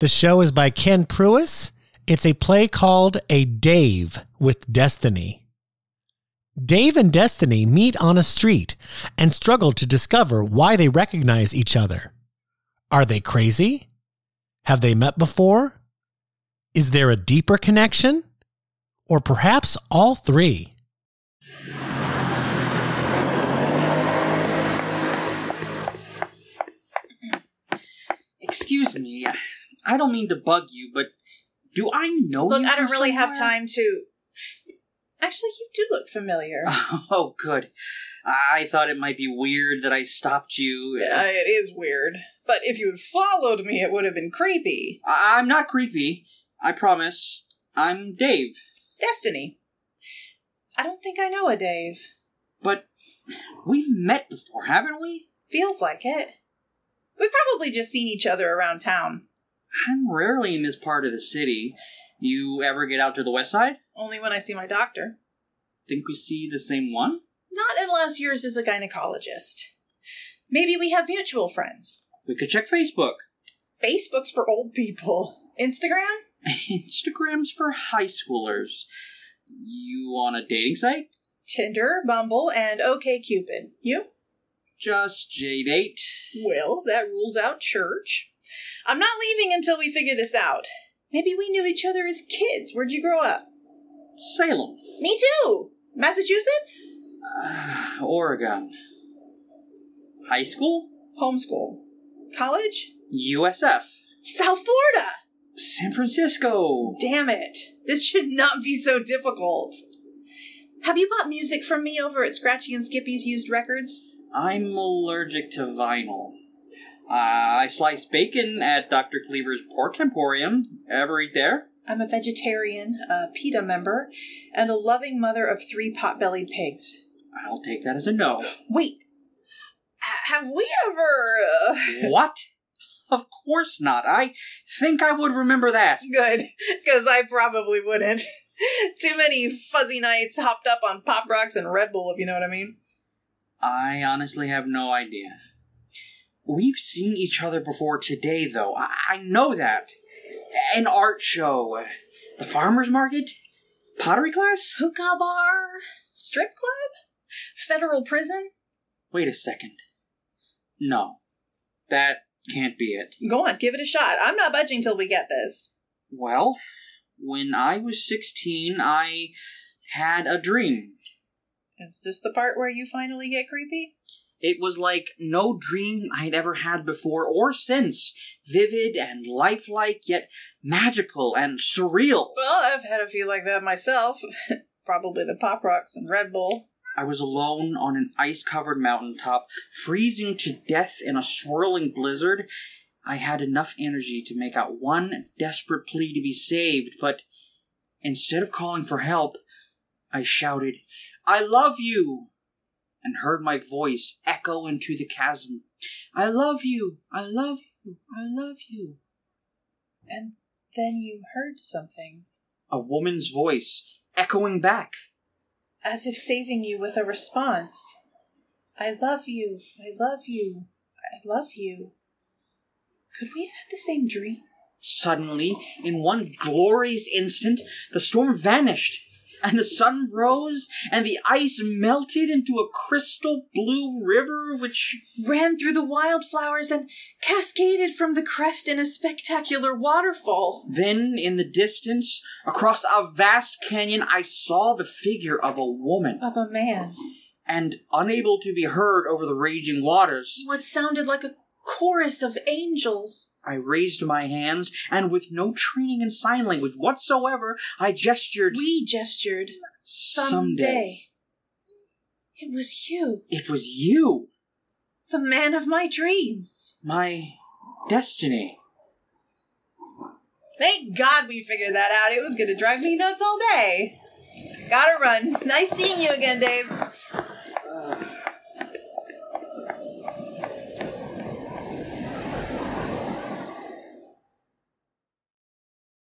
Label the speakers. Speaker 1: The show is by Ken Pruis. It's a play called A Dave with Destiny. Dave and Destiny meet on a street and struggle to discover why they recognize each other. Are they crazy? Have they met before? Is there a deeper connection? Or perhaps all three?
Speaker 2: Excuse me, I don't mean to bug you, but do I know
Speaker 3: Look,
Speaker 2: Oh, you?
Speaker 3: I don't
Speaker 2: from
Speaker 3: really have
Speaker 2: somewhere?
Speaker 3: time to. Actually, you do look familiar.
Speaker 2: Oh, good. I thought it might be weird that I stopped you.
Speaker 3: Yeah, Uh, it is weird. But if you had followed me, it would have been creepy.
Speaker 2: I- I'm not creepy. I promise. I'm Dave.
Speaker 3: Destiny. I don't think I know a Dave.
Speaker 2: But we've met before, haven't we?
Speaker 3: Feels like it. We've probably just seen each other around town.
Speaker 2: I'm rarely in this part of the city. You ever get out to the west side?
Speaker 3: Only when I see my doctor.
Speaker 2: Think we see the same one?
Speaker 3: Not unless yours is a gynecologist. Maybe we have mutual friends.
Speaker 2: We could check Facebook.
Speaker 3: Facebook's for old people. Instagram?
Speaker 2: Instagram's for high schoolers. You on a dating site?
Speaker 3: Tinder, Bumble, and OKCupid. You?
Speaker 2: Just Jade 8.
Speaker 3: Well, that rules out church. I'm not leaving until we figure this out. Maybe we knew each other as kids. Where'd you grow up?
Speaker 2: Salem.
Speaker 3: Me too! Massachusetts?
Speaker 2: Ah, Oregon. High school?
Speaker 3: Homeschool. College?
Speaker 2: USF.
Speaker 3: South Florida!
Speaker 2: San Francisco.
Speaker 3: Damn it. This should not be so difficult. Have you bought music from me over at Scratchy and Skippy's used records?
Speaker 2: I'm allergic to vinyl. Uh, I slice bacon at Dr. Cleaver's Pork Emporium. Ever eat there?
Speaker 3: I'm a vegetarian, a PETA member, and a loving mother of three pot-bellied pigs.
Speaker 2: I'll take that as a no.
Speaker 3: Wait, H- have we ever? Uh,
Speaker 2: what? Of course not. I think I would remember that.
Speaker 3: good, because I probably wouldn't. Too many fuzzy nights hopped up on Pop Rocks and Red Bull, if you know what I mean.
Speaker 2: I honestly have no idea. We've seen each other before today, though. I, I know that. An art show, the farmer's market, pottery class?
Speaker 3: Hookah bar, strip club, federal prison.
Speaker 2: Wait a second. No, that can't be it.
Speaker 3: Go on, give it a shot. I'm not budging till we get this.
Speaker 2: Well, when I was 16, I had a dream.
Speaker 3: Is this the part where you finally get creepy?
Speaker 2: It was like no dream I'd ever had before or since. Vivid and lifelike, yet magical and surreal.
Speaker 3: Well, I've had a few like that myself. probably the Pop Rocks and Red Bull.
Speaker 2: I was alone on an ice covered mountaintop, freezing to death in a swirling blizzard. I had enough energy to make out one desperate plea to be saved, but instead of calling for help, I shouted, I love you! and heard my voice echo into the chasm. I love you! I love you! I love you!
Speaker 3: And then you heard something,
Speaker 2: A woman's voice echoing back.
Speaker 3: as if saving you with a response. I love you. I love you. I love you. Could we have had the same dream?
Speaker 2: Suddenly, in one glorious instant, the storm vanished, and the sun rose, and the ice melted into a crystal blue river, which.
Speaker 3: Ran through the wildflowers and cascaded from the crest in a spectacular waterfall.
Speaker 2: Then, in the distance, across a vast canyon, I saw the figure of a woman,
Speaker 3: Of a man.
Speaker 2: and unable to be heard over the raging waters,
Speaker 3: What sounded like a chorus of angels.
Speaker 2: I raised my hands, and with no training in sign language whatsoever, I gestured.
Speaker 3: We gestured. Someday. It was you,
Speaker 2: It was you,
Speaker 3: the man of my dreams.
Speaker 2: my destiny.
Speaker 3: Thank God we figured that out. It was going to drive me nuts all day. Gotta run. Nice seeing you again, Dave.